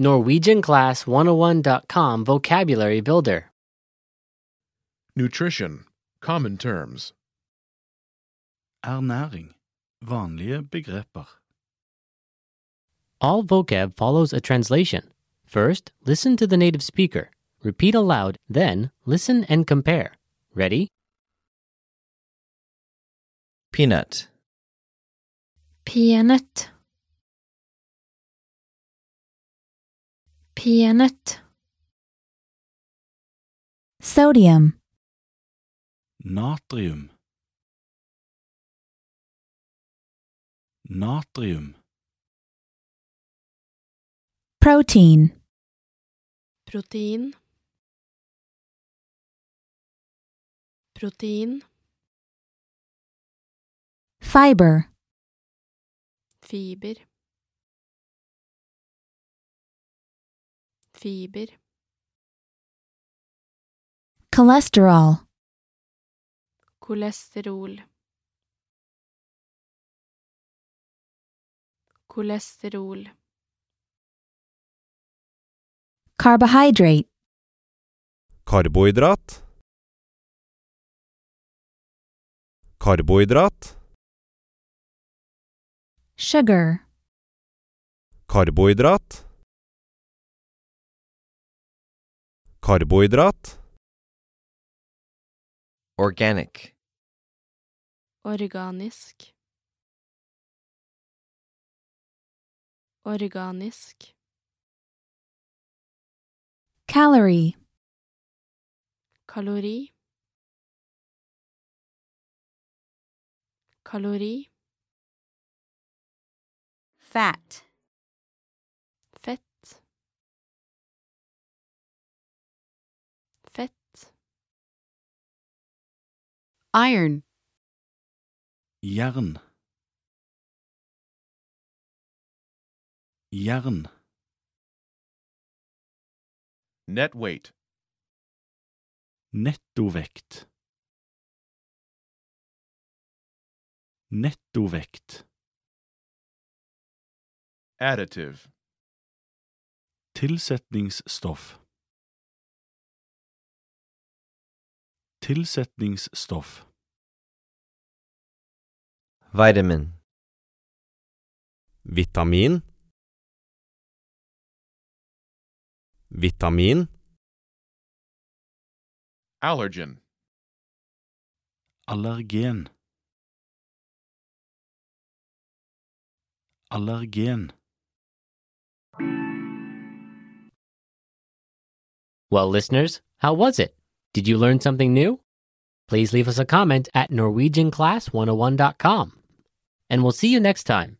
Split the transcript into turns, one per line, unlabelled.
NorwegianClass101.com Vocabulary Builder.
Nutrition. Common terms.
Ernæring. Vanlige begreper.
All vocab follows a translation. First, listen to the native speaker. Repeat aloud, then, listen and compare. Ready?
Peanut.
Peanøtt. Peanøtt.
sodium,
Natrium. Natrium.
protein,
Protein. Protein.
fiber,
Fiber. Fiber.
cholesterol,
Kolesterol. Kolesterol.
carbohydrate,
Karbohydrat. Karbohydrat.
sugar,
Karbohydrat. Karbohydrat.
Organic.
Organisk. Organisk.
calorie,
Kalori. Kalori.
fat,
Fett. Fett.
iron,
Jern. Jern.
Net weight.
Nettovekt. Nettovekt.
Additive.
Tilsetningsstoff. Tilsetningsstoff.
Vitamin.
Vitamin. Vitamin.
Allergen.
Allergen. Allergen.
Well, listeners, how was it? Did you learn something new? oh Please leave us a comment at NorwegianClass101.com. And we'll see you next time.